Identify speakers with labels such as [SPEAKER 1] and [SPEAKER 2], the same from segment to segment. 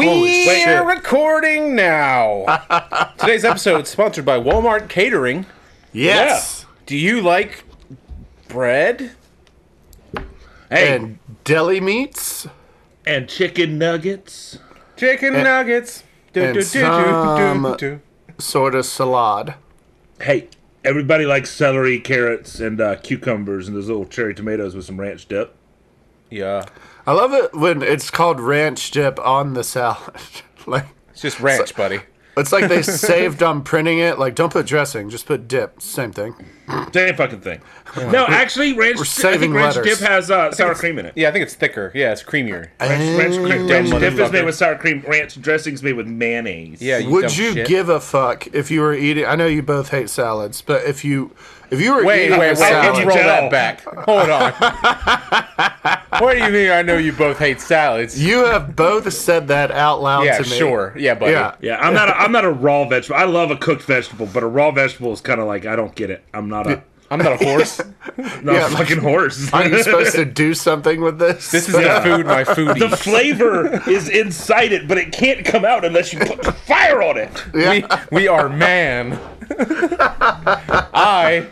[SPEAKER 1] We
[SPEAKER 2] shit.
[SPEAKER 1] are recording now. Today's episode is sponsored by Walmart Catering.
[SPEAKER 2] Yes.
[SPEAKER 1] Yeah. Do you like bread? Hey,
[SPEAKER 2] And deli meats
[SPEAKER 3] and chicken nuggets.
[SPEAKER 1] chicken nuggets. Do,
[SPEAKER 2] and
[SPEAKER 1] do, do, do, do,
[SPEAKER 2] some- um,
[SPEAKER 1] do.
[SPEAKER 2] sort of salad.
[SPEAKER 3] Hey, everybody likes celery, carrots, and uh, cucumbers, and those little cherry tomatoes with some ranch dip.
[SPEAKER 1] Yeah.
[SPEAKER 2] I love it when it's called ranch dip on the salad. like
[SPEAKER 1] It's just ranch, buddy.
[SPEAKER 2] it's like they saved on printing it. Like don't put dressing, just put dip. Same thing.
[SPEAKER 3] Same fucking thing.
[SPEAKER 1] Oh
[SPEAKER 3] No, actually, ranch. I
[SPEAKER 2] saving
[SPEAKER 3] think ranch
[SPEAKER 2] letters.
[SPEAKER 3] dip has uh, sour cream in it.
[SPEAKER 1] Yeah, I think it's thicker. Yeah, it's creamier.
[SPEAKER 2] And
[SPEAKER 3] Ranch,
[SPEAKER 1] dumb
[SPEAKER 3] cream, ranch dip is
[SPEAKER 1] motherfucker.
[SPEAKER 3] made with sour cream. Ranch dressing's made with mayonnaise.
[SPEAKER 1] Yeah, you dumb
[SPEAKER 2] Would you
[SPEAKER 1] shit.
[SPEAKER 2] give a fuck if you were eating? I know you both hate salads, but if you if you were
[SPEAKER 1] Wait,
[SPEAKER 2] eating
[SPEAKER 1] wait,
[SPEAKER 2] a
[SPEAKER 1] wait.
[SPEAKER 2] salad,
[SPEAKER 1] Let's
[SPEAKER 3] salad.
[SPEAKER 1] roll
[SPEAKER 3] Tell.
[SPEAKER 1] that back. Hold on. what do you mean? I know you both hate salads.
[SPEAKER 2] you have both said that out loud
[SPEAKER 1] yeah,
[SPEAKER 2] to me.
[SPEAKER 1] sure. Yeah, buddy.
[SPEAKER 2] Yeah.
[SPEAKER 3] Yeah, I'm not. A, I'm not a raw vegetable. I love a cooked vegetable, but a raw vegetable is kind of like I don't get it. I'm not a
[SPEAKER 1] I'm not a horse.
[SPEAKER 3] not
[SPEAKER 2] Yeah,
[SPEAKER 3] a fucking horse.
[SPEAKER 2] Are you supposed to do something with this?
[SPEAKER 1] This is the food my food
[SPEAKER 3] the
[SPEAKER 1] eats.
[SPEAKER 3] flavor is inside it, but it can't come out unless you put fire on it.
[SPEAKER 1] We, we are man. I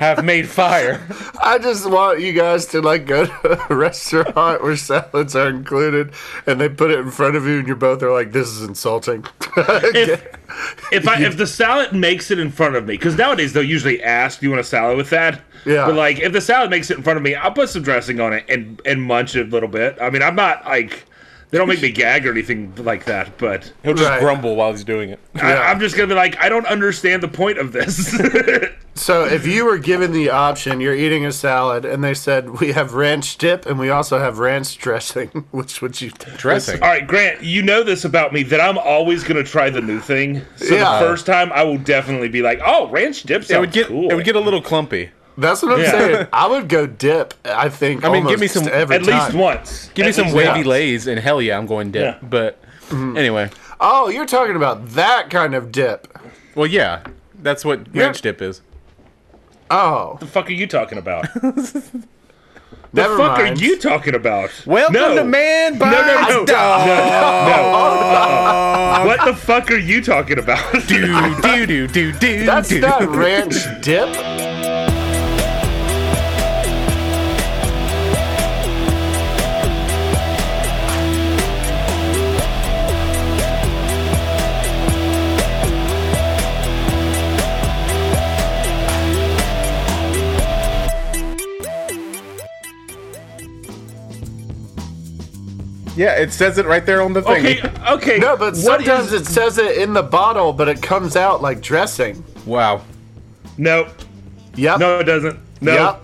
[SPEAKER 1] have made fire.
[SPEAKER 2] I just want you guys to like go to a restaurant where salads are included, and they put it in front of you, and you both are like, "This is insulting."
[SPEAKER 3] if if, I, if the salad makes it in front of me, because nowadays they'll usually ask, "Do you want a salad with that?"
[SPEAKER 2] Yeah.
[SPEAKER 3] But like, if the salad makes it in front of me, I'll put some dressing on it and and munch it a little bit. I mean, I'm not like they don't make me gag or anything like that, but
[SPEAKER 1] He'll just
[SPEAKER 2] Right.
[SPEAKER 1] grumble while he's doing it.
[SPEAKER 2] Yeah.
[SPEAKER 3] I, I'm just gonna be like, I don't understand the point of this.
[SPEAKER 2] so, if you were given the option, you're eating a salad, and they said, "We have ranch dip, and we also have ranch dressing," which would you? Take?
[SPEAKER 1] Dressing.
[SPEAKER 3] All right, Grant, you know this about me that I'm always gonna try the new thing. So
[SPEAKER 2] Yeah.
[SPEAKER 3] the first time, I will definitely be like, "Oh, ranch dip sounds
[SPEAKER 1] It would get
[SPEAKER 3] cool."
[SPEAKER 1] it would get a little clumpy.
[SPEAKER 2] That's what I'm
[SPEAKER 3] Yeah.
[SPEAKER 2] saying. I would go dip. I think. I
[SPEAKER 1] mean,
[SPEAKER 2] mean,
[SPEAKER 1] give me some-
[SPEAKER 2] every
[SPEAKER 3] at least
[SPEAKER 2] time.
[SPEAKER 3] once.
[SPEAKER 1] Give me
[SPEAKER 3] At
[SPEAKER 1] some
[SPEAKER 3] least
[SPEAKER 1] wavy
[SPEAKER 3] once.
[SPEAKER 1] lays and hell yeah, I'm going dip.
[SPEAKER 3] Yeah.
[SPEAKER 1] But
[SPEAKER 3] Mm-hmm.
[SPEAKER 1] anyway,
[SPEAKER 2] Oh, you're talking about that kind of dip.
[SPEAKER 1] well yeah, that's what ranch dip is.
[SPEAKER 2] Oh,
[SPEAKER 3] The fuck are you talking about?
[SPEAKER 2] never
[SPEAKER 3] the fuck
[SPEAKER 2] mind.
[SPEAKER 3] are you talking about?
[SPEAKER 1] Welcome to Man by
[SPEAKER 3] no, no,
[SPEAKER 1] Dog.
[SPEAKER 3] no. What the fuck are you talking about?
[SPEAKER 1] do do do do do.
[SPEAKER 2] That's
[SPEAKER 1] do.
[SPEAKER 2] not ranch dip.
[SPEAKER 1] Yeah, it says it right there on the thing.
[SPEAKER 3] okay, okay.
[SPEAKER 2] No, but
[SPEAKER 3] what
[SPEAKER 2] sometimes
[SPEAKER 3] is-
[SPEAKER 2] it says it in the bottle, but it comes out like dressing.
[SPEAKER 1] Wow.
[SPEAKER 3] No,
[SPEAKER 2] Yep.
[SPEAKER 3] no, it doesn't. No,
[SPEAKER 2] Yep.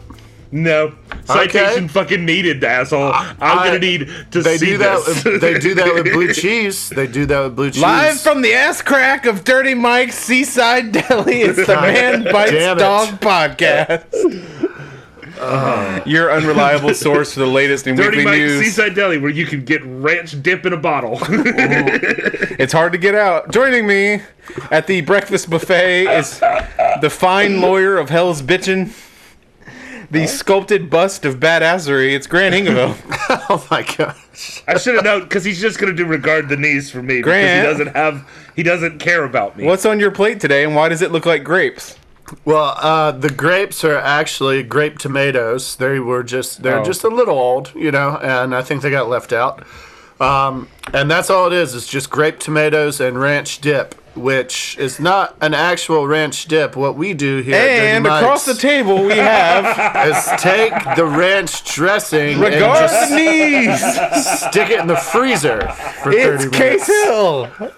[SPEAKER 3] no. Citation fucking needed, asshole. I'm
[SPEAKER 2] I-
[SPEAKER 3] gonna need to
[SPEAKER 2] They
[SPEAKER 3] see
[SPEAKER 2] do that.
[SPEAKER 3] this.
[SPEAKER 2] With, they do that with blue cheese. They do that with blue cheese.
[SPEAKER 1] Live from the ass crack of Dirty Mike's Seaside Deli, it's the Man Bites
[SPEAKER 2] Damn it.
[SPEAKER 1] Dog podcast.
[SPEAKER 2] Uh-huh.
[SPEAKER 1] Your unreliable source for the latest in
[SPEAKER 3] Dirty
[SPEAKER 1] weekly
[SPEAKER 3] Mike's
[SPEAKER 1] news.
[SPEAKER 3] Seaside Deli, where you can get ranch dip in a bottle.
[SPEAKER 1] It's hard to get out. Joining me at the breakfast buffet is the fine lawyer of Hell's Bitchin', the sculpted bust of badassery. It's Grant Ingeville.
[SPEAKER 2] oh my gosh.
[SPEAKER 3] I should have known because he's just gonna do regard the knees for me
[SPEAKER 1] Grant.
[SPEAKER 3] because he doesn't have he doesn't care about me.
[SPEAKER 1] What's on your plate today, and why does it look like grapes?
[SPEAKER 2] Well, uh, the grapes are actually grape tomatoes. They were just they're
[SPEAKER 1] Oh.
[SPEAKER 2] just a little old, you know, and I think they got left out. Um, and that's all it is. It's just grape tomatoes and ranch dip, which is not an actual ranch dip. What we do here at Dirty
[SPEAKER 1] And across the
[SPEAKER 2] Mike's
[SPEAKER 1] table, we have
[SPEAKER 2] is take the ranch dressing and
[SPEAKER 1] Regard
[SPEAKER 2] just
[SPEAKER 1] the Knees.
[SPEAKER 2] stick it in the freezer for 30
[SPEAKER 1] It's Case
[SPEAKER 2] minutes.
[SPEAKER 1] Hill.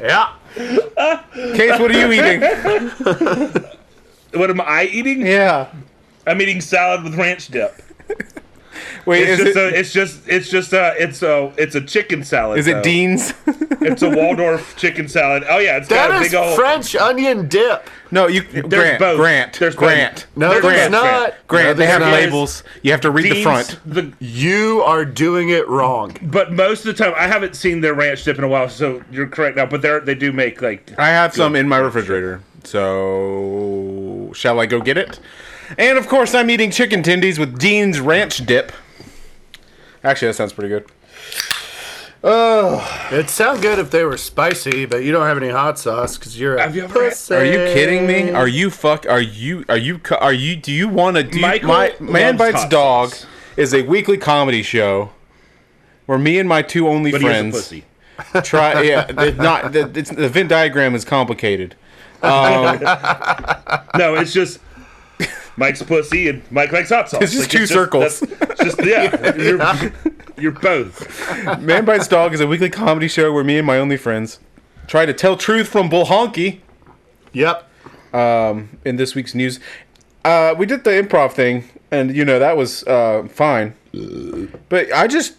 [SPEAKER 2] Yeah.
[SPEAKER 1] Case, what are you eating?
[SPEAKER 3] What am I eating?
[SPEAKER 1] Yeah.
[SPEAKER 3] I'm eating salad with ranch dip.
[SPEAKER 1] Wait,
[SPEAKER 3] It's
[SPEAKER 1] is it,
[SPEAKER 3] just a, it's just it's just a it's a it's a chicken salad.
[SPEAKER 1] is it
[SPEAKER 3] though.
[SPEAKER 1] Dean's?
[SPEAKER 3] It's a Waldorf chicken salad. Oh yeah, it's got
[SPEAKER 2] That
[SPEAKER 3] a
[SPEAKER 2] is
[SPEAKER 3] big old.
[SPEAKER 2] French onion dip.
[SPEAKER 1] no, you Grant.
[SPEAKER 3] both.
[SPEAKER 1] Grant.
[SPEAKER 3] There's both.
[SPEAKER 1] Grant.
[SPEAKER 2] No,
[SPEAKER 3] There's
[SPEAKER 2] there's
[SPEAKER 3] Grant,
[SPEAKER 2] not.
[SPEAKER 1] Grant.
[SPEAKER 2] No,
[SPEAKER 1] they
[SPEAKER 2] there's
[SPEAKER 1] have
[SPEAKER 2] not.
[SPEAKER 1] labels. You have to read the
[SPEAKER 3] beans,
[SPEAKER 1] front.
[SPEAKER 3] the-
[SPEAKER 2] You are doing it wrong.
[SPEAKER 3] but most of the time, I haven't seen their ranch dip in a while, so you're correct now. But they they do make like
[SPEAKER 1] I have some in my refrigerator. So shall I go get it? And of course, I'm eating chicken tendies with Dean's ranch dip. Actually, that sounds pretty good.
[SPEAKER 2] Oh, it'd sound good if they were spicy, but you don't have any hot sauce because you're. A
[SPEAKER 3] Have you ever had-
[SPEAKER 2] pussy.
[SPEAKER 1] Are you kidding me?
[SPEAKER 3] Uh,
[SPEAKER 1] Are you fuck? Are you? Are you? cu- Are you? Do you want to do?
[SPEAKER 3] Michael
[SPEAKER 1] my Man
[SPEAKER 3] loves
[SPEAKER 1] bites
[SPEAKER 3] hot
[SPEAKER 1] dog
[SPEAKER 3] sauce.
[SPEAKER 1] is a weekly comedy show where me and my two only
[SPEAKER 3] But he is a
[SPEAKER 1] friends
[SPEAKER 3] pussy.
[SPEAKER 1] try. Yeah, it's not the, it's, the Venn diagram is complicated.
[SPEAKER 3] No, it's just Mike's pussy and Mike likes hot sauce.
[SPEAKER 1] It's just two circles.
[SPEAKER 3] that's- Just yeah, you're, you're both.
[SPEAKER 1] Man bites dog is a weekly comedy show where me and my only friends try to tell truth from bull honky.
[SPEAKER 2] Yep.
[SPEAKER 1] in this week's news. Uh, we did the improv thing, and you know that was uh, fine. But I just,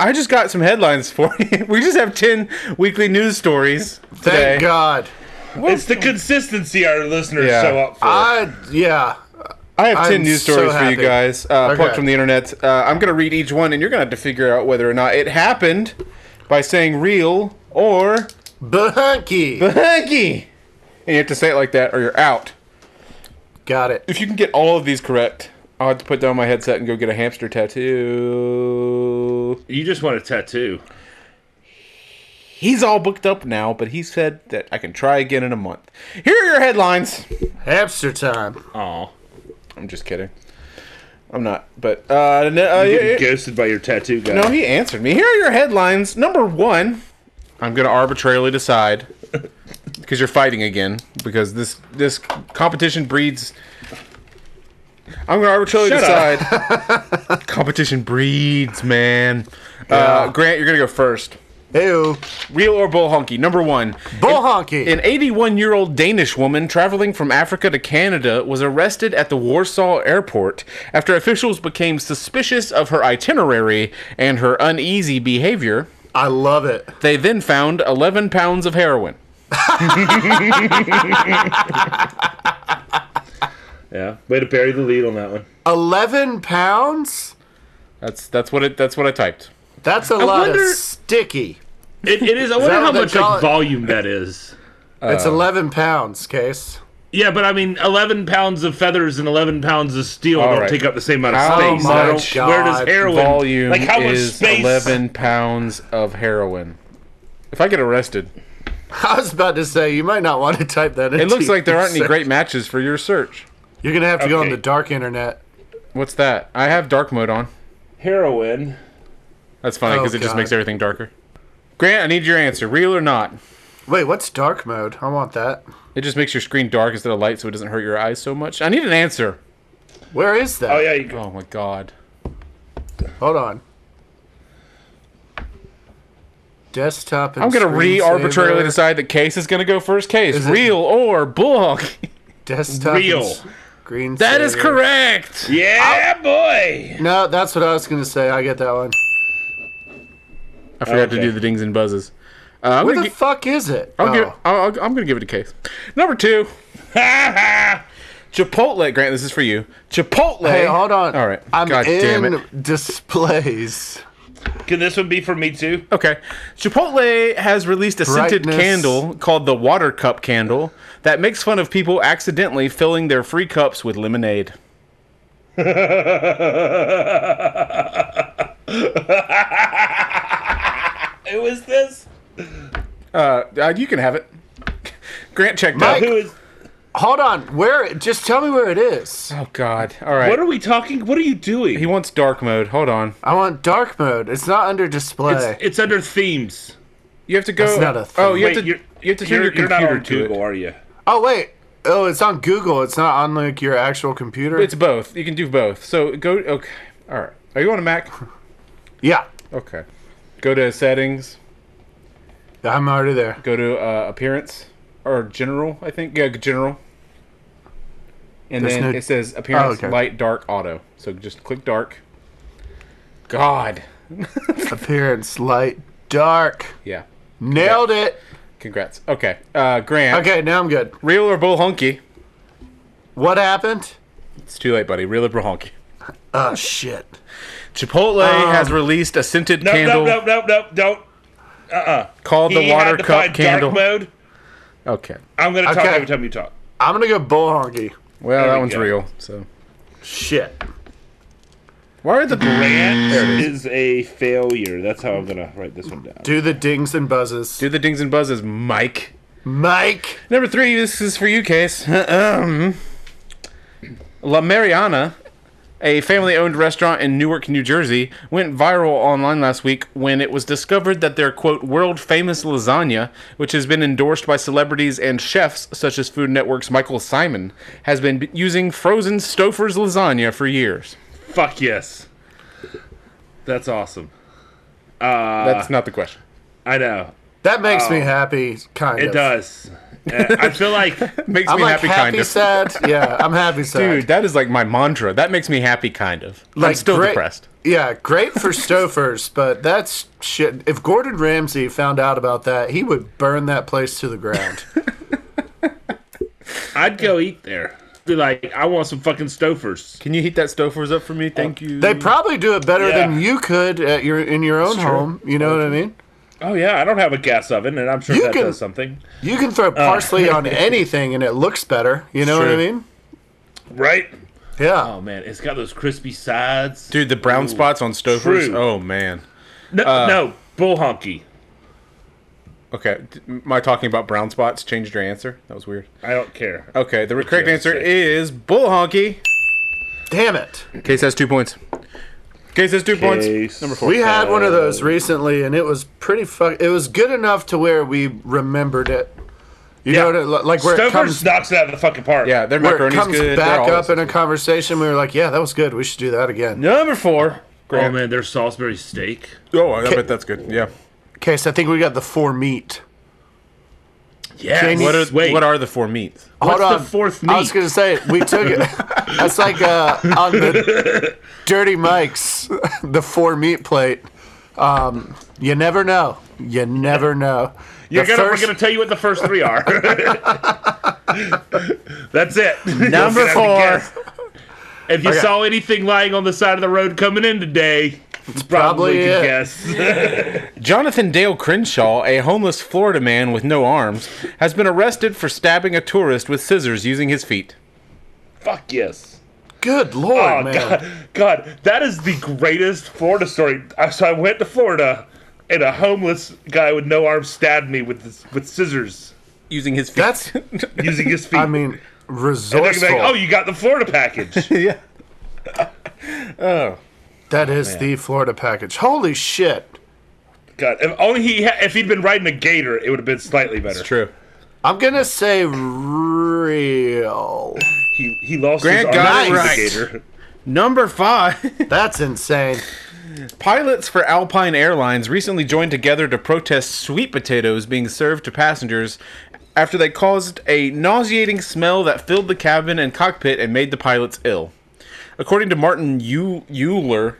[SPEAKER 1] I just got some headlines for you. We just have ten weekly news stories
[SPEAKER 2] Thank
[SPEAKER 1] today.
[SPEAKER 2] God.
[SPEAKER 3] It's the consistency our listeners
[SPEAKER 1] Yeah.
[SPEAKER 3] show up for.
[SPEAKER 2] I yeah.
[SPEAKER 1] I have 10
[SPEAKER 2] I'm
[SPEAKER 1] news
[SPEAKER 2] so
[SPEAKER 1] stories for you
[SPEAKER 2] happy.
[SPEAKER 1] guys, uh, plucked
[SPEAKER 2] Okay.
[SPEAKER 1] from the internet. Uh, I'm going to read each one, and you're going to have to figure out whether or not it happened by saying real or
[SPEAKER 2] Bahunky.
[SPEAKER 1] hunky. And you have to say it like that, or you're out.
[SPEAKER 2] Got it.
[SPEAKER 1] If you can get all of these correct, I'll have to put down my headset and go get a hamster tattoo.
[SPEAKER 3] you just want a tattoo.
[SPEAKER 1] He's all booked up now, but he said that I can try again in a month. Here are your headlines.
[SPEAKER 2] Hamster time.
[SPEAKER 3] Aw.
[SPEAKER 1] I'm just kidding. I'm not, but uh, n- uh, yeah,
[SPEAKER 3] Getting
[SPEAKER 1] yeah.
[SPEAKER 3] ghosted by your tattoo guy.
[SPEAKER 1] no, he answered me. Here are your headlines. Number one, I'm gonna arbitrarily decide because you're fighting again because this this competition breeds. I'm gonna arbitrarily
[SPEAKER 3] Shut up.
[SPEAKER 1] decide. competition breeds, man. Uh, Grant, you're gonna go first.
[SPEAKER 2] Ew.
[SPEAKER 1] Real or bull honky? Number one.
[SPEAKER 2] Bull honky.
[SPEAKER 1] An 81 year old Danish woman traveling from Africa to Canada was arrested at the Warsaw airport after officials became suspicious of her itinerary and her uneasy behavior.
[SPEAKER 2] I love it.
[SPEAKER 1] They then found 11 pounds of heroin.
[SPEAKER 3] Yeah. Way to bury the lead on that one.
[SPEAKER 2] Eleven pounds.
[SPEAKER 1] That's that's what it that's what I typed.
[SPEAKER 2] That's a lot
[SPEAKER 3] wonder-
[SPEAKER 2] of sticky.
[SPEAKER 3] It, it is. I
[SPEAKER 2] that
[SPEAKER 3] wonder how
[SPEAKER 2] what they
[SPEAKER 3] much
[SPEAKER 2] call
[SPEAKER 3] like,
[SPEAKER 2] it?
[SPEAKER 3] volume that is.
[SPEAKER 2] it's
[SPEAKER 1] Uh,
[SPEAKER 2] eleven pounds, case.
[SPEAKER 3] Yeah, but I mean, eleven pounds of feathers and eleven pounds of steel
[SPEAKER 1] All
[SPEAKER 3] don't
[SPEAKER 1] right.
[SPEAKER 3] take up the same amount
[SPEAKER 1] How
[SPEAKER 3] of space. I don't-
[SPEAKER 1] much
[SPEAKER 3] where does
[SPEAKER 2] God
[SPEAKER 3] heroin?
[SPEAKER 1] Volume
[SPEAKER 3] like how much
[SPEAKER 1] is
[SPEAKER 3] space?
[SPEAKER 1] 11 pounds of heroin. If I get arrested,
[SPEAKER 2] I was about to say you might not want to type that.
[SPEAKER 1] it looks like there aren't any great matches for your search.
[SPEAKER 2] You're gonna have to go on
[SPEAKER 3] Okay.
[SPEAKER 2] the dark internet.
[SPEAKER 1] What's that? I have dark mode on.
[SPEAKER 3] Heroin.
[SPEAKER 1] That's funny
[SPEAKER 2] Oh,
[SPEAKER 1] because it just
[SPEAKER 2] God.
[SPEAKER 1] makes everything darker. Grant, I need your answer, real or not.
[SPEAKER 2] Wait, what's dark mode? I want that.
[SPEAKER 1] It just makes your screen dark instead of light, so it doesn't hurt your eyes so much. I need an answer.
[SPEAKER 2] Where is that?
[SPEAKER 3] Oh yeah. You,
[SPEAKER 1] Oh my god.
[SPEAKER 2] Hold on. Desktop. And
[SPEAKER 1] I'm gonna re
[SPEAKER 2] screensaver.
[SPEAKER 1] arbitrarily decide that Case is gonna go first. Case,
[SPEAKER 2] it-
[SPEAKER 1] real or bull honky?
[SPEAKER 2] Desktop.
[SPEAKER 3] Real.
[SPEAKER 2] Green.
[SPEAKER 1] That is correct.
[SPEAKER 3] yeah, boy.
[SPEAKER 2] No, that's what I was gonna say. I get that one.
[SPEAKER 1] I forgot to
[SPEAKER 3] Okay.
[SPEAKER 1] do the dings and buzzes. Uh, I'm,
[SPEAKER 2] Where
[SPEAKER 1] gonna
[SPEAKER 2] the
[SPEAKER 1] gi-
[SPEAKER 2] fuck is it?
[SPEAKER 1] I'll
[SPEAKER 2] Oh.
[SPEAKER 1] give, I'll, I'll- I'm gonna give it a Case. Number two, Chipotle. Grant, this is for you. Chipotle.
[SPEAKER 2] Hey, hold on.
[SPEAKER 1] All right.
[SPEAKER 2] I'm
[SPEAKER 1] God
[SPEAKER 2] in
[SPEAKER 1] damn it.
[SPEAKER 2] displays.
[SPEAKER 3] Can this one be for me too?
[SPEAKER 1] Okay. Chipotle has released a scented
[SPEAKER 2] Brightness.
[SPEAKER 1] candle called the Water Cup Candle that makes fun of people accidentally filling their free cups with lemonade.
[SPEAKER 3] Who is this?
[SPEAKER 1] Uh, uh, you can have it. Grant checked out.
[SPEAKER 3] Who is?
[SPEAKER 2] Hold on. Where? Just tell me where it is.
[SPEAKER 1] Oh, God. All right.
[SPEAKER 3] What are we talking? What are you doing?
[SPEAKER 1] he wants dark mode. Hold on.
[SPEAKER 2] I want dark mode. It's not under display.
[SPEAKER 3] it's, it's under themes.
[SPEAKER 1] You have to go.
[SPEAKER 2] That's not a thing.
[SPEAKER 1] Oh, you
[SPEAKER 3] Wait,
[SPEAKER 1] have to.
[SPEAKER 3] you're,
[SPEAKER 1] You have to turn
[SPEAKER 3] you're,
[SPEAKER 1] your
[SPEAKER 3] you're not
[SPEAKER 1] computer
[SPEAKER 3] on
[SPEAKER 1] to
[SPEAKER 3] Google,
[SPEAKER 1] it.
[SPEAKER 3] are you?
[SPEAKER 2] oh wait. Oh, it's on Google. It's not on like your actual computer.
[SPEAKER 1] It's both. You can do both. So go. Okay. All right. Are you on a Mac?
[SPEAKER 2] yeah.
[SPEAKER 1] Okay. Go to settings.
[SPEAKER 2] I'm already there.
[SPEAKER 1] Go to uh, appearance or general. I think. Yeah, general. And
[SPEAKER 2] There's
[SPEAKER 1] then
[SPEAKER 2] no- Oh,
[SPEAKER 1] it says appearance,
[SPEAKER 2] okay.
[SPEAKER 1] light, dark, auto. So just click dark. God.
[SPEAKER 2] Appearance, light, dark.
[SPEAKER 1] Yeah.
[SPEAKER 2] Nailed it.
[SPEAKER 1] Congrats. Okay. Uh, Grant.
[SPEAKER 2] Okay, now I'm good.
[SPEAKER 1] Real or bull honky?
[SPEAKER 2] What happened?
[SPEAKER 1] It's too late, buddy. Real or bull honky?
[SPEAKER 2] Oh shit.
[SPEAKER 1] Chipotle
[SPEAKER 2] Um,
[SPEAKER 1] has released a scented
[SPEAKER 3] No,
[SPEAKER 1] candle
[SPEAKER 3] no, no, no, no, don't.
[SPEAKER 1] called the
[SPEAKER 3] He
[SPEAKER 1] Water
[SPEAKER 3] had to
[SPEAKER 1] Cup
[SPEAKER 3] find
[SPEAKER 1] Candle.
[SPEAKER 3] Dark mode.
[SPEAKER 1] Okay.
[SPEAKER 3] I'm gonna talk
[SPEAKER 2] Okay.
[SPEAKER 3] every time you talk.
[SPEAKER 2] I'm gonna go bull honky.
[SPEAKER 1] Well,
[SPEAKER 3] There
[SPEAKER 1] that
[SPEAKER 3] we
[SPEAKER 1] one's
[SPEAKER 3] go.
[SPEAKER 1] real. So
[SPEAKER 2] Shit.
[SPEAKER 1] Why are the
[SPEAKER 3] Ranch is a failure. That's how I'm gonna write this one down.
[SPEAKER 2] Do the dings and buzzes.
[SPEAKER 1] do the dings and buzzes, Mike?
[SPEAKER 2] Mike.
[SPEAKER 1] Number three, this is for you, Case. Um, La Mariana, a family owned restaurant in Newark, New Jersey, went viral online last week when it was discovered that their, quote, world famous lasagna, which has been endorsed by celebrities and chefs such as Food Network's Michael Simon, has been b- using frozen Stouffer's lasagna for years.
[SPEAKER 3] Fuck yes. That's awesome.
[SPEAKER 1] That's
[SPEAKER 2] Uh,
[SPEAKER 1] not the question.
[SPEAKER 3] I know.
[SPEAKER 2] That makes
[SPEAKER 1] Oh.
[SPEAKER 2] me happy, kind
[SPEAKER 3] It
[SPEAKER 2] of.
[SPEAKER 3] does. Uh, I feel like
[SPEAKER 1] Makes
[SPEAKER 2] I'm
[SPEAKER 1] me
[SPEAKER 2] like
[SPEAKER 1] happy,
[SPEAKER 2] happy,
[SPEAKER 1] kind of.
[SPEAKER 2] sad. Yeah, I'm happy sad.
[SPEAKER 1] Dude, that is like my mantra. That makes me happy, kind of. I'm
[SPEAKER 2] Like,
[SPEAKER 1] still
[SPEAKER 2] great-
[SPEAKER 1] depressed.
[SPEAKER 2] Yeah, great for Stofers, but that's shit. If Gordon Ramsay found out about that, he would burn that place to the ground.
[SPEAKER 3] I'd go eat there. Be like, I want some fucking Stofers.
[SPEAKER 1] Can you heat that Stouffer's up for me? Thank you.
[SPEAKER 2] Uh, they probably do it better
[SPEAKER 3] Yeah.
[SPEAKER 2] than you could at your in your own
[SPEAKER 1] Mm. true.
[SPEAKER 2] home. You know what I mean?
[SPEAKER 3] Oh yeah, I don't have a gas oven, and I'm sure
[SPEAKER 2] You
[SPEAKER 3] that
[SPEAKER 2] can-
[SPEAKER 3] does something.
[SPEAKER 2] You can
[SPEAKER 1] Uh.
[SPEAKER 2] throw parsley on anything and it looks better. You know what I
[SPEAKER 1] true.
[SPEAKER 2] mean?
[SPEAKER 3] Right?
[SPEAKER 2] Yeah.
[SPEAKER 3] Oh man, it's got those crispy sides.
[SPEAKER 1] Dude, the brown
[SPEAKER 3] Ooh.
[SPEAKER 1] spots on Stouffer's.
[SPEAKER 3] True.
[SPEAKER 1] Oh man.
[SPEAKER 3] No,
[SPEAKER 1] uh,
[SPEAKER 3] no, bull honky.
[SPEAKER 1] Okay, d- my talking about brown spots changed your answer. That was weird.
[SPEAKER 3] I don't care.
[SPEAKER 1] Okay, the correct
[SPEAKER 3] you
[SPEAKER 1] answer
[SPEAKER 3] have to
[SPEAKER 1] is bull honky.
[SPEAKER 2] Damn it.
[SPEAKER 1] Case has two points. Case has two points.
[SPEAKER 3] Case.
[SPEAKER 1] Number four.
[SPEAKER 2] We had one
[SPEAKER 1] Uh.
[SPEAKER 2] of those recently and it was pretty fuck it was good enough to where we remembered it. You know
[SPEAKER 3] Yeah.
[SPEAKER 2] what I, like where
[SPEAKER 3] Stofers
[SPEAKER 2] it comes
[SPEAKER 3] knocks it out of the fucking park.
[SPEAKER 1] Yeah, their
[SPEAKER 2] where it
[SPEAKER 1] macaroni's
[SPEAKER 2] comes
[SPEAKER 1] good.
[SPEAKER 2] back up
[SPEAKER 1] and
[SPEAKER 2] in a conversation, we were like, "Yeah, that was good. We should do that again."
[SPEAKER 1] Number four.
[SPEAKER 3] Oh
[SPEAKER 1] Grant.
[SPEAKER 3] man, their Salisbury steak.
[SPEAKER 1] Oh, I bet that's good. Yeah.
[SPEAKER 2] Okay, so I think we got the four meat.
[SPEAKER 3] Yeah.
[SPEAKER 2] Can you-
[SPEAKER 1] What are
[SPEAKER 3] Wait.
[SPEAKER 1] what are the four meats?
[SPEAKER 2] Hold
[SPEAKER 3] What's the
[SPEAKER 2] on.
[SPEAKER 3] fourth
[SPEAKER 2] I was
[SPEAKER 3] meat?
[SPEAKER 2] gonna say we took it. That's like uh, on the Dirty Mike's the four meat plate. Um, you never know. You never know.
[SPEAKER 3] You're
[SPEAKER 2] The
[SPEAKER 3] gonna,
[SPEAKER 2] first-
[SPEAKER 3] We're going to tell you what the first three are. That's it. You're gonna have to
[SPEAKER 1] four.
[SPEAKER 3] guess. If you
[SPEAKER 2] Okay.
[SPEAKER 3] saw anything lying on the side of the road coming in today, it's
[SPEAKER 2] probably
[SPEAKER 3] probably, you
[SPEAKER 2] it.
[SPEAKER 3] guess.
[SPEAKER 1] Jonathan Dale Crenshaw, a homeless Florida man with no arms, has been arrested for stabbing a tourist with scissors using his feet.
[SPEAKER 3] Fuck yes.
[SPEAKER 2] Good lord,
[SPEAKER 3] Oh
[SPEAKER 2] man.
[SPEAKER 3] god, god, that is the greatest Florida story. I- So I went to Florida, and a homeless guy with no arms stabbed me with his, with scissors
[SPEAKER 1] Using his feet.
[SPEAKER 2] That's.
[SPEAKER 3] using his feet.
[SPEAKER 2] I mean,
[SPEAKER 3] They're gonna
[SPEAKER 2] resourceful.
[SPEAKER 3] be like, oh, you got the Florida package.
[SPEAKER 1] yeah.
[SPEAKER 2] that is the Florida package. Holy shit!
[SPEAKER 3] god, if only he ha- if he'd been riding a gator, it would have been slightly better.
[SPEAKER 1] It's true.
[SPEAKER 2] I'm gonna say real.
[SPEAKER 3] He he lost
[SPEAKER 1] Grant
[SPEAKER 3] his
[SPEAKER 1] got
[SPEAKER 3] arm
[SPEAKER 1] it
[SPEAKER 3] to the
[SPEAKER 1] right.
[SPEAKER 3] gator.
[SPEAKER 1] Number five.
[SPEAKER 2] That's insane.
[SPEAKER 1] Pilots for Alpine Airlines recently joined together to protest sweet potatoes being served to passengers after they caused a nauseating smell that filled the cabin and cockpit and made the pilots ill. According to Martin Eu- Euler,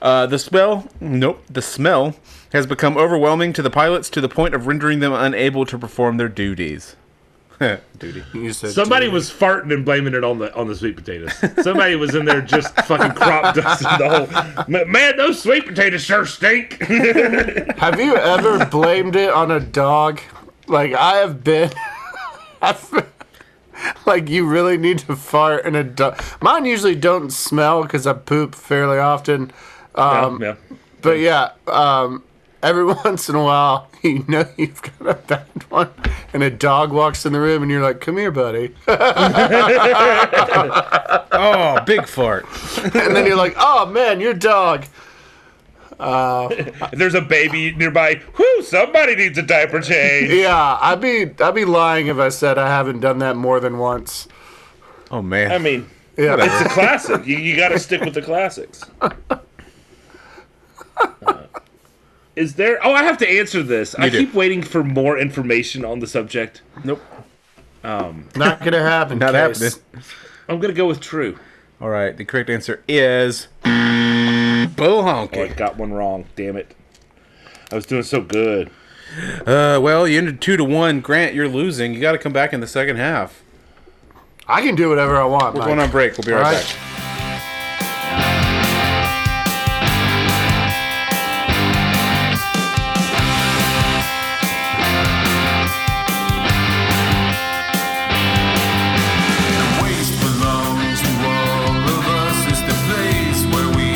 [SPEAKER 1] uh, the smell, nope, the smell has become overwhelming to the pilots to the point of rendering them unable to perform their duties. Duty.
[SPEAKER 2] You said
[SPEAKER 3] Somebody was farting and blaming it on the on the sweet potatoes. Somebody was in there just fucking crop dusting the whole. Ma- Man, those sweet potatoes sure stink.
[SPEAKER 2] Have you ever blamed it on a dog? Like I have been. I've, like you really need to fart in a dog. Mine usually don't smell because I poop fairly often. Um,
[SPEAKER 3] yeah.
[SPEAKER 2] But yeah, um, every once in a while, you know you've got a bad one, and a dog walks in the room, and you're like, "Come here, buddy,"
[SPEAKER 1] Oh, big fart.
[SPEAKER 2] and then you're like, "Oh man, your dog."
[SPEAKER 3] If there's a baby nearby, whoo, somebody needs a diaper change.
[SPEAKER 2] Yeah, I'd be I'd be lying if I said I haven't done that more than once.
[SPEAKER 1] Oh, man.
[SPEAKER 3] I mean,
[SPEAKER 2] Yeah.
[SPEAKER 3] it's a classic. You, you got to stick with the classics. Uh, Is there? Oh, I have to answer this. I
[SPEAKER 1] do.
[SPEAKER 3] keep waiting for more information on the subject.
[SPEAKER 1] nope.
[SPEAKER 2] Not gonna happen.
[SPEAKER 1] Not
[SPEAKER 2] Case.
[SPEAKER 1] happening.
[SPEAKER 3] I'm gonna go with true.
[SPEAKER 1] All right, the correct answer is bull
[SPEAKER 3] Oh, I
[SPEAKER 1] honky.
[SPEAKER 3] got one wrong. Damn it! I was doing so good.
[SPEAKER 1] Uh, well, you ended two to one. Grant, you're losing. You got to come back in the second half.
[SPEAKER 2] I can do whatever I want.
[SPEAKER 1] We're
[SPEAKER 2] Mike.
[SPEAKER 1] going on break. We'll be
[SPEAKER 2] All
[SPEAKER 1] right,
[SPEAKER 2] right.
[SPEAKER 1] back.
[SPEAKER 4] The waste belongs to all of us. It's the place where we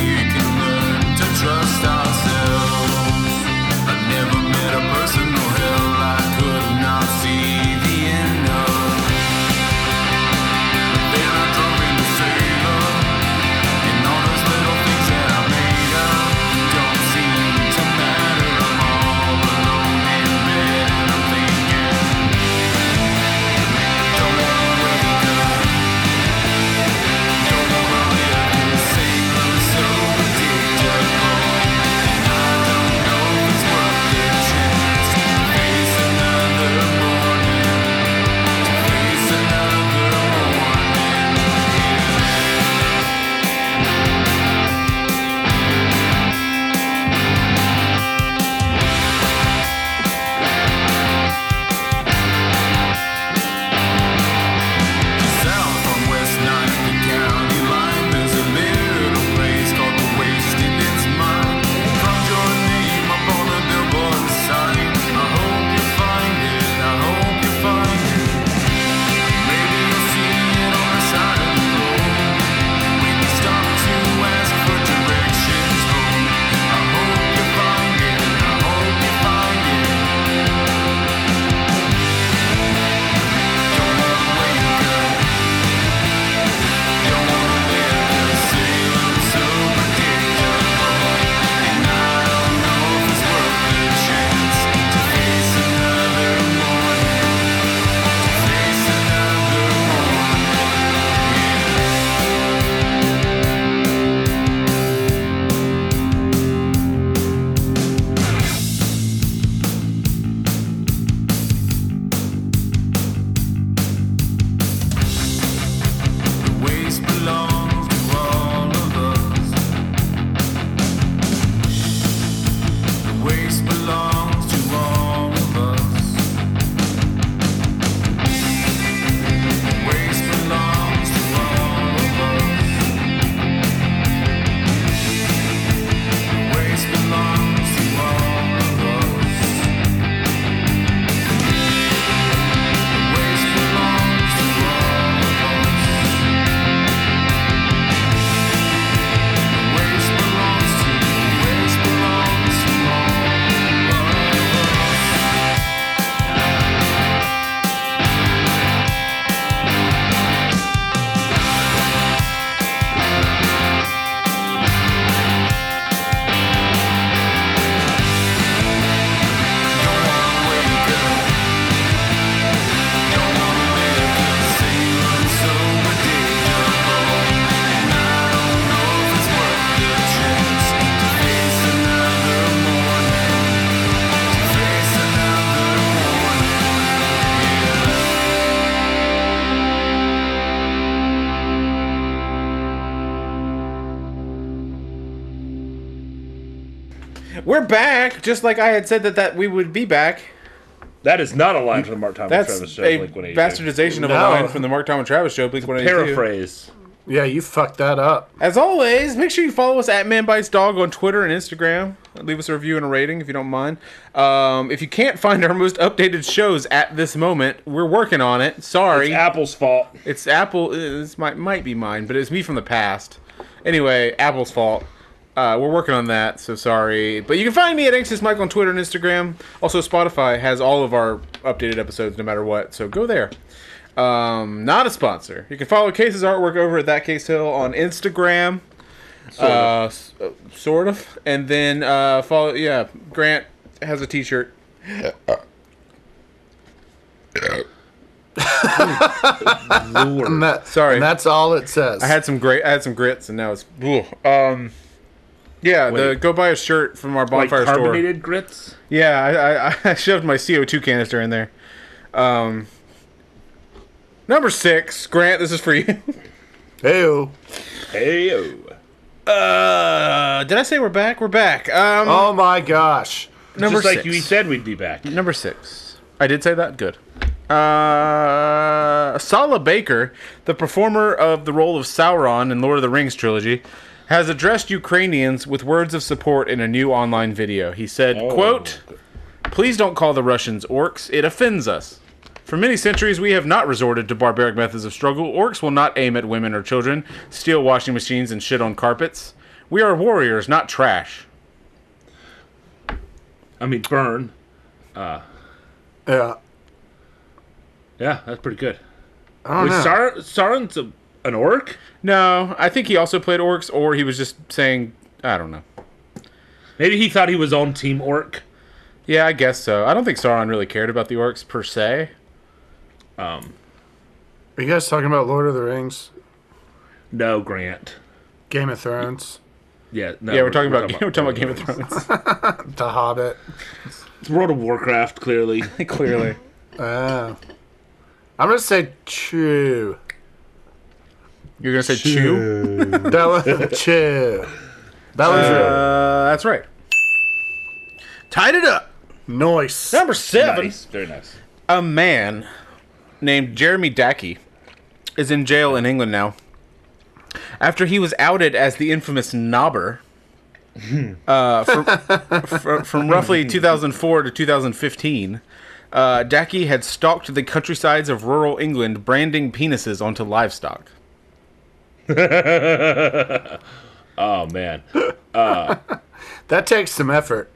[SPEAKER 1] We're back, just like I had said that, that we would be back.
[SPEAKER 3] That is not a line from the Mark Thomas
[SPEAKER 1] That's
[SPEAKER 3] Travis show.
[SPEAKER 1] a
[SPEAKER 3] Blink 182.
[SPEAKER 1] bastardization of a
[SPEAKER 2] No.
[SPEAKER 1] line from the Mark Tom and Travis show, Blink 182.
[SPEAKER 3] Paraphrase.
[SPEAKER 2] Yeah, you fucked that up.
[SPEAKER 1] As always, make sure you follow us at Man Bites Dog on Twitter and Instagram. Leave us a review and a rating if you don't mind. Um, if you can't find our most updated shows at this moment, we're working on it. Sorry, it's,
[SPEAKER 3] Apple's fault.
[SPEAKER 1] Apple. uh, This might might be mine, but it's me from the past. Anyway, Apple's fault. Uh, we're working on that, so sorry. But you can find me at Anxious Mike on Twitter and Instagram. Also, Spotify has all of our updated episodes, no matter what. So go there. Um, not a sponsor. You can follow Case's artwork over at That Case Hill on Instagram. Uh, s- uh, sort of. And then uh, follow. Yeah, Grant has a T-shirt.
[SPEAKER 2] And that,
[SPEAKER 1] Sorry.
[SPEAKER 2] and that's all it says.
[SPEAKER 1] I had some great. I had some grits, and now it's. Ugh. Um, yeah, the
[SPEAKER 3] Wait.
[SPEAKER 1] go buy a shirt from our
[SPEAKER 3] Like
[SPEAKER 1] bonfire store.
[SPEAKER 3] carbonated grits.
[SPEAKER 1] Yeah, I, I, I shoved my CO two canister in there. Um, number six, Grant. This is for you.
[SPEAKER 2] Ew.
[SPEAKER 3] Heyo.
[SPEAKER 1] Uh, did I say we're back? We're back. Um,
[SPEAKER 2] Oh my gosh.
[SPEAKER 1] number
[SPEAKER 3] Just like
[SPEAKER 1] six.
[SPEAKER 3] you said we'd be back.
[SPEAKER 1] Number six. I did say that? Good. Uh, Sala Baker, the performer of the role of Sauron in Lord of the Rings trilogy, has addressed Ukrainians with words of support in a new online video. He said, quote, Please don't call the Russians orcs. It offends us. For many centuries, we have not resorted to barbaric methods of struggle. Orcs will not aim at women or children, steal washing machines, and shit on carpets. We are warriors, not trash.
[SPEAKER 3] I mean, burn.
[SPEAKER 2] Yeah.
[SPEAKER 3] Yeah, that's pretty good.
[SPEAKER 2] I don't
[SPEAKER 3] Wait,
[SPEAKER 2] know.
[SPEAKER 3] Sar- Sauron's a, an orc?
[SPEAKER 1] No, I think he also played orcs, or he was just saying, I don't know.
[SPEAKER 3] Maybe he thought he was on Team Orc.
[SPEAKER 1] Yeah, I guess so. I don't think Sauron really cared about the orcs per se.
[SPEAKER 2] Are you guys talking about Lord of the Rings,
[SPEAKER 3] No, Grant.
[SPEAKER 2] Game of Thrones,
[SPEAKER 3] Yeah, no,
[SPEAKER 1] yeah, we're, talking about, we're talking about
[SPEAKER 3] Lord
[SPEAKER 1] Game of Thrones.
[SPEAKER 2] The Hobbit?
[SPEAKER 3] It's World of Warcraft, clearly.
[SPEAKER 1] Clearly,
[SPEAKER 2] Oh. I'm gonna say chew.
[SPEAKER 1] you're gonna say chew.
[SPEAKER 2] That was chew. That was
[SPEAKER 1] Uh, that's right. Tied it up.
[SPEAKER 2] real. Nice.
[SPEAKER 1] Number seven.
[SPEAKER 3] nice. Very nice.
[SPEAKER 1] A man named Jeremy Dackey is in jail in England now after he was outed as the infamous knobber. uh, from, fr- from roughly 2004 to 2015, uh, Dackey had stalked the countrysides of rural England, branding penises onto livestock.
[SPEAKER 3] Oh, man.
[SPEAKER 2] That takes some effort.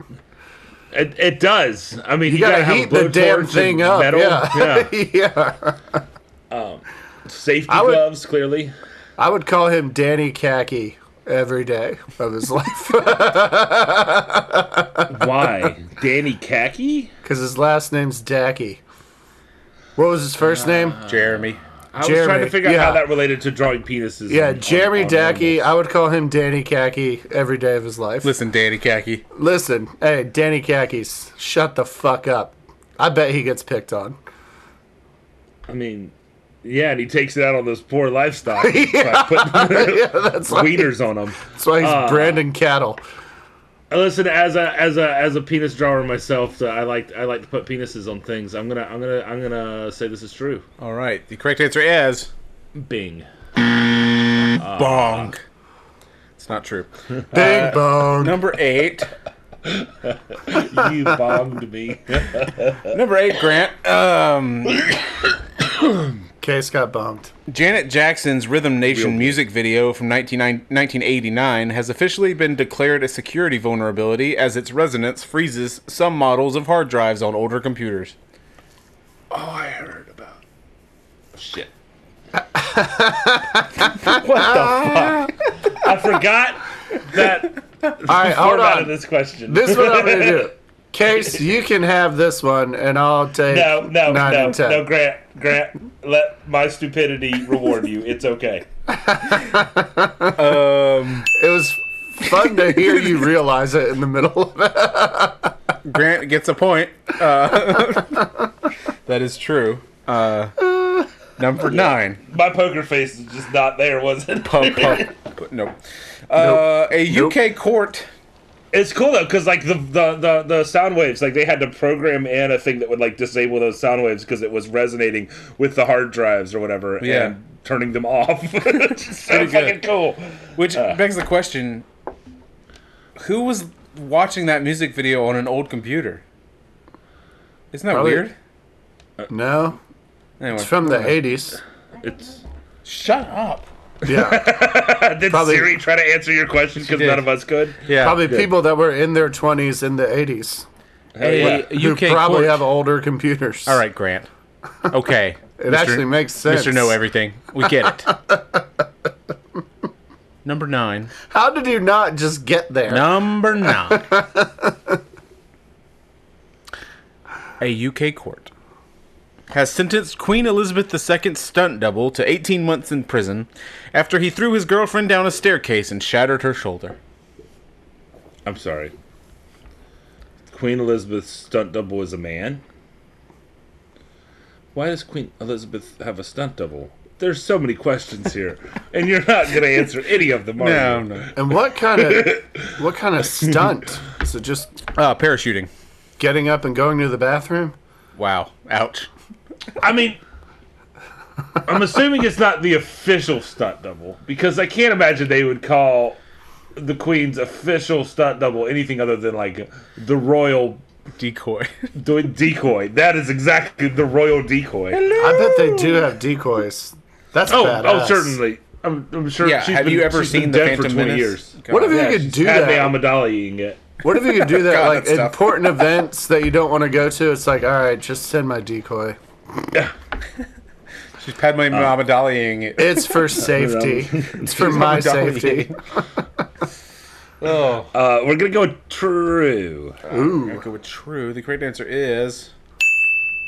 [SPEAKER 3] It, it does. I mean, you,
[SPEAKER 2] gotta
[SPEAKER 3] have a
[SPEAKER 2] heat the
[SPEAKER 3] blowtorch
[SPEAKER 2] damn
[SPEAKER 3] and
[SPEAKER 2] thing up,
[SPEAKER 3] metal.
[SPEAKER 2] yeah. yeah.
[SPEAKER 3] Safety
[SPEAKER 2] would-
[SPEAKER 3] gloves, clearly.
[SPEAKER 2] I would call him Danny Khaki every day of his life
[SPEAKER 3] Why? Danny Khaki?
[SPEAKER 2] because his last name's Dacky. What was his first
[SPEAKER 3] Uh,
[SPEAKER 2] name?
[SPEAKER 1] Jeremy.
[SPEAKER 3] I was
[SPEAKER 2] Jeremy,
[SPEAKER 3] trying to figure out how
[SPEAKER 2] yeah.
[SPEAKER 3] that related to drawing penises.
[SPEAKER 2] Yeah,
[SPEAKER 3] on- on-
[SPEAKER 2] Jeremy
[SPEAKER 3] on
[SPEAKER 2] Dacky.
[SPEAKER 3] animals.
[SPEAKER 2] I would call him Danny Khaki every day of his life.
[SPEAKER 1] Listen, Danny Khaki.
[SPEAKER 2] Listen, hey, Danny Khakis, shut the fuck up. I bet he gets picked on.
[SPEAKER 3] I mean, yeah, and he takes it out on those poor livestock. by putting
[SPEAKER 2] That's why,
[SPEAKER 3] wieners on them.
[SPEAKER 2] that's why he's
[SPEAKER 3] Uh,
[SPEAKER 2] branding cattle.
[SPEAKER 3] Listen, as a as a as a penis drawer myself, uh, I like I like to put penises on things. I'm gonna I'm gonna I'm gonna say this is true.
[SPEAKER 1] All right. The correct answer is
[SPEAKER 3] Bing.
[SPEAKER 1] Uh. bong. It's not true.
[SPEAKER 2] Big bone.
[SPEAKER 1] Number eight.
[SPEAKER 3] You bombed me.
[SPEAKER 1] Number eight, Grant. Um,
[SPEAKER 2] Case got bumped.
[SPEAKER 1] Janet Jackson's Rhythm Nation
[SPEAKER 3] Real-
[SPEAKER 1] music video from 19, 1989 has officially been declared a security vulnerability as its resonance freezes some models of hard drives on older computers.
[SPEAKER 3] Oh, I heard about shit. what the fuck? I forgot that
[SPEAKER 2] All right, hold
[SPEAKER 3] format
[SPEAKER 2] on.
[SPEAKER 3] of
[SPEAKER 2] This
[SPEAKER 3] this question.
[SPEAKER 2] is what I'm going to do. Case, you can have this one, and I'll take
[SPEAKER 3] no, no,
[SPEAKER 2] nine
[SPEAKER 3] no,
[SPEAKER 2] and ten.
[SPEAKER 3] no, Grant, Grant, let my stupidity reward you. It's okay.
[SPEAKER 1] Um,
[SPEAKER 2] It was fun to hear you realize it in the middle of it.
[SPEAKER 1] Grant gets a point. Uh, that is true. Uh, number nine.
[SPEAKER 3] My poker face is just not there, was it?
[SPEAKER 1] Pump, pump. No. Uh, a UK court
[SPEAKER 3] It's cool though, because like the, the the the sound waves, like they had to program in a thing that would like disable those sound waves because it was resonating with the hard drives or whatever,
[SPEAKER 1] Yeah.
[SPEAKER 3] and turning them off. It's just so
[SPEAKER 1] Pretty
[SPEAKER 3] fucking
[SPEAKER 1] good.
[SPEAKER 3] cool.
[SPEAKER 1] Which
[SPEAKER 2] Uh.
[SPEAKER 1] begs the question: Who was watching that music video on an old computer? Isn't that
[SPEAKER 2] Probably-
[SPEAKER 1] weird?
[SPEAKER 2] No,
[SPEAKER 1] Anyway,
[SPEAKER 2] it's from the '80s.
[SPEAKER 3] It's
[SPEAKER 1] shut up.
[SPEAKER 2] Yeah,
[SPEAKER 3] did
[SPEAKER 2] Probably-
[SPEAKER 3] Siri try to answer your question because
[SPEAKER 1] did.
[SPEAKER 3] none of us could?
[SPEAKER 1] Yeah,
[SPEAKER 2] probably people that were in their 20s in the '80s
[SPEAKER 4] A
[SPEAKER 2] who
[SPEAKER 4] UK
[SPEAKER 2] probably
[SPEAKER 4] court,
[SPEAKER 2] have older computers.
[SPEAKER 1] All right, Grant. Okay,
[SPEAKER 2] it actually makes sense.
[SPEAKER 1] Mr. Know Everything. We get it. Number nine.
[SPEAKER 2] How did you not just get there?
[SPEAKER 1] Number nine. A UK court has sentenced Queen Elizabeth II's stunt double to 18 months in prison after he threw his girlfriend down a staircase and shattered her shoulder.
[SPEAKER 3] I'm sorry. Queen Elizabeth's stunt double is a man. Why does Queen Elizabeth have a stunt double? There's so many questions here, and you're not going to answer any of them. Are you?
[SPEAKER 1] no.
[SPEAKER 2] And what kind of what kind of stunt? Is it just
[SPEAKER 1] Uh, parachuting.
[SPEAKER 2] getting up and going to the bathroom?
[SPEAKER 1] Wow. Ouch.
[SPEAKER 3] I mean, I'm assuming it's not the official stunt double because I can't imagine they would call the Queen's official stunt double anything other than like the royal
[SPEAKER 1] Decoy.
[SPEAKER 3] do- decoy. That is exactly the royal decoy.
[SPEAKER 2] I bet they do have decoys. That's
[SPEAKER 3] Oh,
[SPEAKER 2] badass.
[SPEAKER 3] oh, certainly. I'm, I'm sure.
[SPEAKER 1] Yeah,
[SPEAKER 3] she's
[SPEAKER 1] have
[SPEAKER 3] been-
[SPEAKER 1] you ever
[SPEAKER 3] she's been
[SPEAKER 1] seen The
[SPEAKER 3] dead
[SPEAKER 1] Phantom
[SPEAKER 3] for 20
[SPEAKER 1] Menace?
[SPEAKER 3] years?
[SPEAKER 1] God.
[SPEAKER 2] What if
[SPEAKER 3] Yeah,
[SPEAKER 2] you could
[SPEAKER 3] she's
[SPEAKER 2] do
[SPEAKER 3] had
[SPEAKER 2] that?
[SPEAKER 3] the Amidala-ing it.
[SPEAKER 2] What if you could do that?
[SPEAKER 1] God,
[SPEAKER 2] like
[SPEAKER 1] that's tough.
[SPEAKER 2] important events that you don't want to go to. It's like, all right, just send my decoy.
[SPEAKER 1] She's Padme
[SPEAKER 3] Uh.
[SPEAKER 1] Amidalaing it.
[SPEAKER 2] It's for safety. It's for my
[SPEAKER 1] Dolly.
[SPEAKER 2] safety.
[SPEAKER 1] Oh.
[SPEAKER 3] Uh, we're gonna go true.
[SPEAKER 1] Gonna go with true. The correct answer is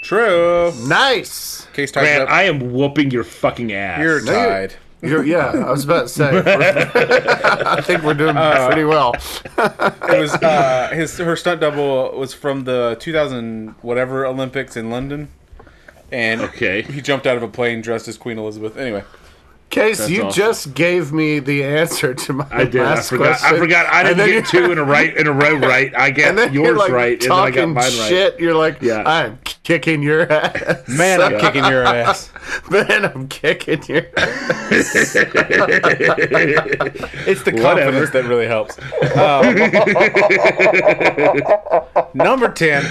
[SPEAKER 1] true.
[SPEAKER 2] Nice.
[SPEAKER 1] Case ties
[SPEAKER 3] Man,
[SPEAKER 1] up.
[SPEAKER 3] I am whooping your fucking ass.
[SPEAKER 1] You're
[SPEAKER 2] you're-
[SPEAKER 1] tied.
[SPEAKER 2] You're, yeah, I was about to say. I think we're doing
[SPEAKER 3] Uh,
[SPEAKER 2] pretty well.
[SPEAKER 1] It was uh, his her stunt double was from the 2000 whatever Olympics in London, and
[SPEAKER 3] okay.
[SPEAKER 1] he jumped out of a plane dressed as Queen Elizabeth. Anyway,
[SPEAKER 2] Case, you
[SPEAKER 3] awesome.
[SPEAKER 2] just gave me the answer to my
[SPEAKER 3] I did. I
[SPEAKER 2] last
[SPEAKER 3] forgot.
[SPEAKER 2] question.
[SPEAKER 3] I forgot. I
[SPEAKER 2] And
[SPEAKER 3] didn't
[SPEAKER 2] then
[SPEAKER 3] get
[SPEAKER 2] you-
[SPEAKER 3] two in a right in a row right. I
[SPEAKER 2] And
[SPEAKER 3] got
[SPEAKER 2] then you're
[SPEAKER 3] yours
[SPEAKER 2] like
[SPEAKER 3] right, and then I
[SPEAKER 2] talking
[SPEAKER 3] got mine right.
[SPEAKER 2] shit. You're like,
[SPEAKER 3] Yeah.
[SPEAKER 2] I'm kicking your ass.
[SPEAKER 1] man, I'm kicking your ass.
[SPEAKER 2] Man, I'm kicking your ass.
[SPEAKER 1] It's the
[SPEAKER 3] Whatever.
[SPEAKER 1] confidence that really helps. Um, number ten.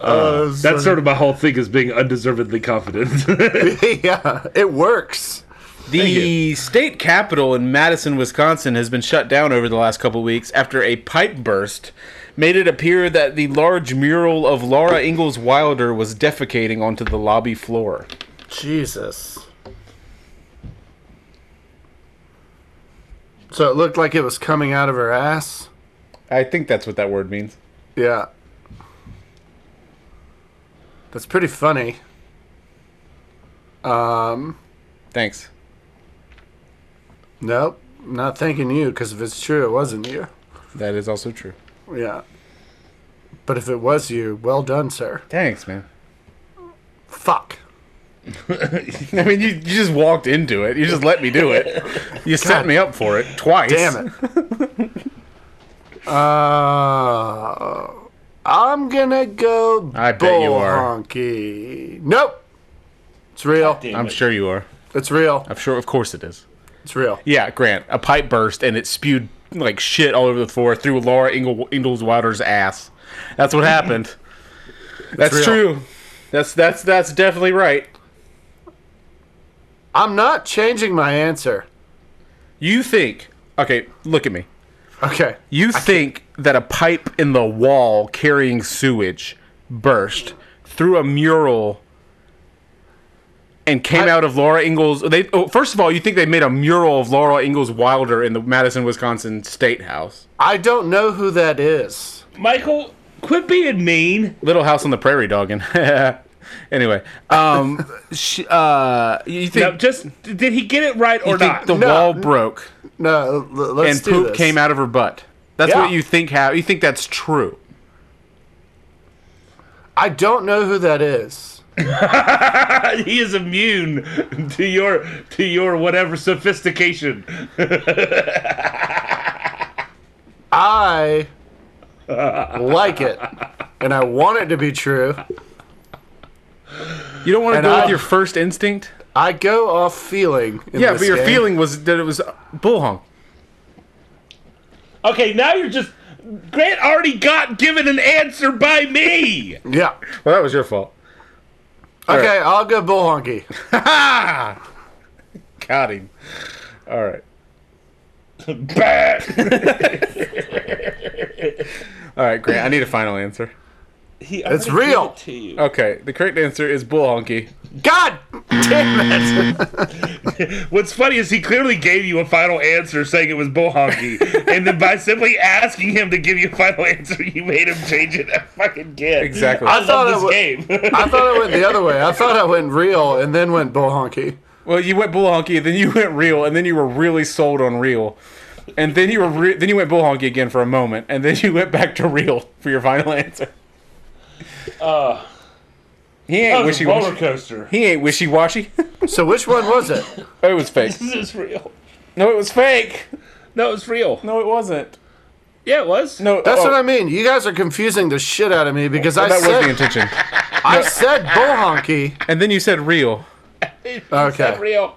[SPEAKER 2] Uh,
[SPEAKER 3] That's sort of my whole thing is being undeservedly confident.
[SPEAKER 2] yeah, it works.
[SPEAKER 1] The state capitol in Madison, Wisconsin has been shut down over the last couple weeks after a pipe burst made it appear that the large mural of Laura Ingalls Wilder was defecating onto the lobby floor.
[SPEAKER 2] Jesus. So it looked like it was coming out of her ass.
[SPEAKER 1] I think that's what that word means.
[SPEAKER 2] Yeah. That's pretty funny. Um,
[SPEAKER 1] Thanks.
[SPEAKER 2] nope, not thanking you because if it's true, it wasn't you.
[SPEAKER 1] That is also true.
[SPEAKER 2] Yeah. But if it was you, well done, sir.
[SPEAKER 1] Thanks, man.
[SPEAKER 2] Fuck.
[SPEAKER 1] I mean, you, you just walked into it. You just let me do it. You set me up for it twice.
[SPEAKER 2] Damn it. uh, I'm gonna go.
[SPEAKER 1] I bet you are.
[SPEAKER 2] Honky. Nope. It's real.
[SPEAKER 1] I'm sure you are.
[SPEAKER 2] It's real.
[SPEAKER 1] I'm sure, of course it is.
[SPEAKER 2] It's real.
[SPEAKER 1] Yeah, Grant. A pipe burst and it spewed like shit all over the floor through Laura Ingle- Ingalls Wilder's ass. That's what happened. that's
[SPEAKER 2] real.
[SPEAKER 1] true. That's that's that's definitely right.
[SPEAKER 2] I'm not changing my answer.
[SPEAKER 1] You think? Okay, look at me.
[SPEAKER 2] Okay.
[SPEAKER 1] You think that a pipe in the wall carrying sewage burst through a mural and came
[SPEAKER 2] I-
[SPEAKER 1] out of Laura Ingalls? They oh, first of all, you think they made a mural of Laura Ingalls Wilder in the Madison, Wisconsin State House,
[SPEAKER 2] I don't know who that is.
[SPEAKER 3] Michael, quit being mean.
[SPEAKER 1] Little House on the Prairie dogging. anyway, um, sh- uh, you
[SPEAKER 3] No,
[SPEAKER 1] think,
[SPEAKER 3] just did he get it right
[SPEAKER 1] you
[SPEAKER 3] or
[SPEAKER 1] think
[SPEAKER 3] not?
[SPEAKER 1] the
[SPEAKER 2] No.
[SPEAKER 1] wall broke
[SPEAKER 2] No, l- let's
[SPEAKER 1] and
[SPEAKER 2] do
[SPEAKER 1] poop
[SPEAKER 2] this.
[SPEAKER 1] came out of her butt? That's
[SPEAKER 2] Yeah.
[SPEAKER 1] what you think. How you think that's true?
[SPEAKER 2] I don't know who that is.
[SPEAKER 3] he is immune to your to your whatever sophistication.
[SPEAKER 2] I like it, and I want it to be true.
[SPEAKER 1] You don't want to
[SPEAKER 2] And
[SPEAKER 1] go
[SPEAKER 2] I-
[SPEAKER 1] with your first instinct.
[SPEAKER 2] I go off feeling. in
[SPEAKER 1] Yeah,
[SPEAKER 2] this
[SPEAKER 1] but your
[SPEAKER 2] game.
[SPEAKER 1] feeling was that it was uh, bullhong.
[SPEAKER 3] Okay, now you're just. Grant already got given an answer by me.
[SPEAKER 2] Yeah.
[SPEAKER 1] Well, that was your fault.
[SPEAKER 2] Okay, I'll go bull honky.
[SPEAKER 1] Got him. All right.
[SPEAKER 3] Bah.
[SPEAKER 1] All right, Grant. I need a final answer.
[SPEAKER 3] He
[SPEAKER 2] It's
[SPEAKER 3] already
[SPEAKER 2] real.
[SPEAKER 3] gave it to you.
[SPEAKER 1] Okay, the correct answer is bull honky.
[SPEAKER 2] God damn it!
[SPEAKER 3] What's funny is he clearly gave you a final answer saying it was bullhonky, and then by simply asking him to give you a final answer, you made him change it fucking again.
[SPEAKER 1] Exactly. I
[SPEAKER 3] I, love
[SPEAKER 2] thought
[SPEAKER 3] this
[SPEAKER 2] it wa-
[SPEAKER 3] game.
[SPEAKER 2] I thought it went the other way. I thought I went real and then went bull honky.
[SPEAKER 1] Well, you went bull honky, then you went real, and then you were really sold on real, and then you were re- then you went bull honky again for a moment, and then you went back to real for your final answer.
[SPEAKER 3] uh,
[SPEAKER 1] He
[SPEAKER 3] that
[SPEAKER 1] ain't
[SPEAKER 3] was
[SPEAKER 1] wishy
[SPEAKER 3] a roller
[SPEAKER 1] washy.
[SPEAKER 3] coaster.
[SPEAKER 1] He ain't wishy washy.
[SPEAKER 2] So which one was it?
[SPEAKER 1] it was fake.
[SPEAKER 3] This is real.
[SPEAKER 1] No, it was fake.
[SPEAKER 3] No, it was real.
[SPEAKER 1] No, it wasn't.
[SPEAKER 3] Yeah, it was.
[SPEAKER 1] No,
[SPEAKER 2] That's
[SPEAKER 1] oh,
[SPEAKER 2] what I mean. You guys are confusing the shit out of me because I
[SPEAKER 1] That was the
[SPEAKER 2] said
[SPEAKER 1] intention.
[SPEAKER 2] I said bull honky.
[SPEAKER 1] And then you said real.
[SPEAKER 3] It's
[SPEAKER 2] Okay.
[SPEAKER 3] real.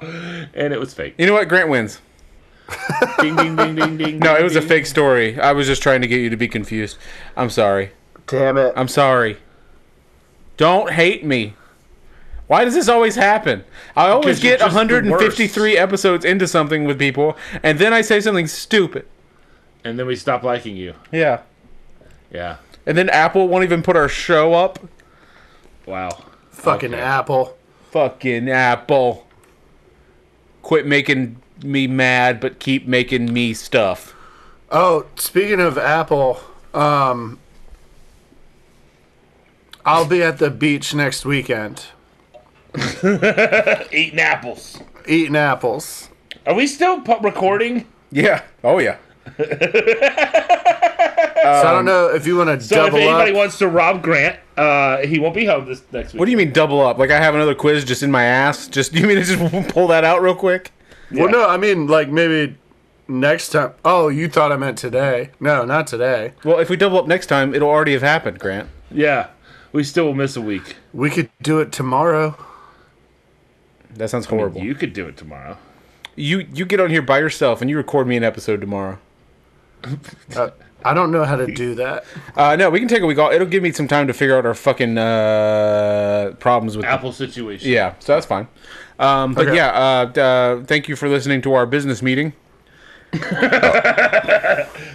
[SPEAKER 3] And it was fake.
[SPEAKER 1] You know what? Grant wins.
[SPEAKER 3] ding, ding, ding, ding, ding.
[SPEAKER 1] No,
[SPEAKER 3] ding,
[SPEAKER 1] it was a
[SPEAKER 3] ding.
[SPEAKER 1] fake story. I was just trying to get you to be confused. I'm sorry.
[SPEAKER 2] Damn it.
[SPEAKER 1] I'm sorry. Don't hate me. Why does this always happen? I always
[SPEAKER 3] Because you're
[SPEAKER 1] get
[SPEAKER 3] just the
[SPEAKER 1] 153 episodes into something with people, and then I say something stupid.
[SPEAKER 3] And then we stopped liking you.
[SPEAKER 1] Yeah.
[SPEAKER 3] Yeah.
[SPEAKER 1] And then Apple won't even put our show up.
[SPEAKER 3] Wow.
[SPEAKER 2] Fucking
[SPEAKER 3] Okay.
[SPEAKER 2] apple.
[SPEAKER 1] Fucking Apple. Quit making me mad, but keep making me stuff.
[SPEAKER 2] Oh, speaking of Apple, um, I'll be at the beach next weekend
[SPEAKER 3] Eating apples.
[SPEAKER 2] eating apples.
[SPEAKER 3] Are we still pu- recording?
[SPEAKER 1] Yeah. Oh, yeah.
[SPEAKER 2] So I don't know if you want to
[SPEAKER 3] Um, So
[SPEAKER 2] double
[SPEAKER 3] if anybody
[SPEAKER 2] up.
[SPEAKER 3] wants to rob Grant, uh, he won't be home this next week.
[SPEAKER 1] What do you mean double up? Like I have another quiz just in my ass? Just you mean to just pull that out real quick?
[SPEAKER 2] Well, no, I mean like maybe next time. Oh, you thought I meant today? No, not today.
[SPEAKER 1] Well, if we double up next time, it'll already have happened, Grant.
[SPEAKER 3] Yeah, we still will miss a week.
[SPEAKER 2] We could do it tomorrow.
[SPEAKER 1] That sounds horrible.
[SPEAKER 3] You could do it tomorrow.
[SPEAKER 1] you, you get on here by yourself and you record me an episode tomorrow.
[SPEAKER 2] Uh, I don't know how to do that.
[SPEAKER 1] Uh, no, we can take a week off. It'll give me some time to figure out our fucking uh, problems with.
[SPEAKER 3] Apple situation.
[SPEAKER 1] Yeah, so that's fine. Um, but
[SPEAKER 2] Okay.
[SPEAKER 1] yeah, uh, d- uh, thank you for listening to our business meeting.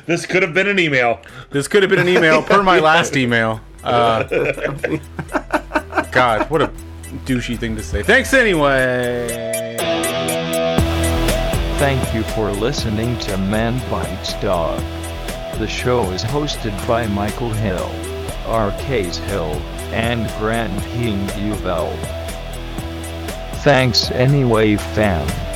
[SPEAKER 3] This could have been an email.
[SPEAKER 1] This could have been an email per my last email. Uh, God, what a douchey thing to say. Thanks anyway.
[SPEAKER 4] Thank you for listening to Man Bites Dog. The show is hosted by Michael Hill, R.K.'s Hill, and Grant Hing Uvel. Thanks anyway, fam.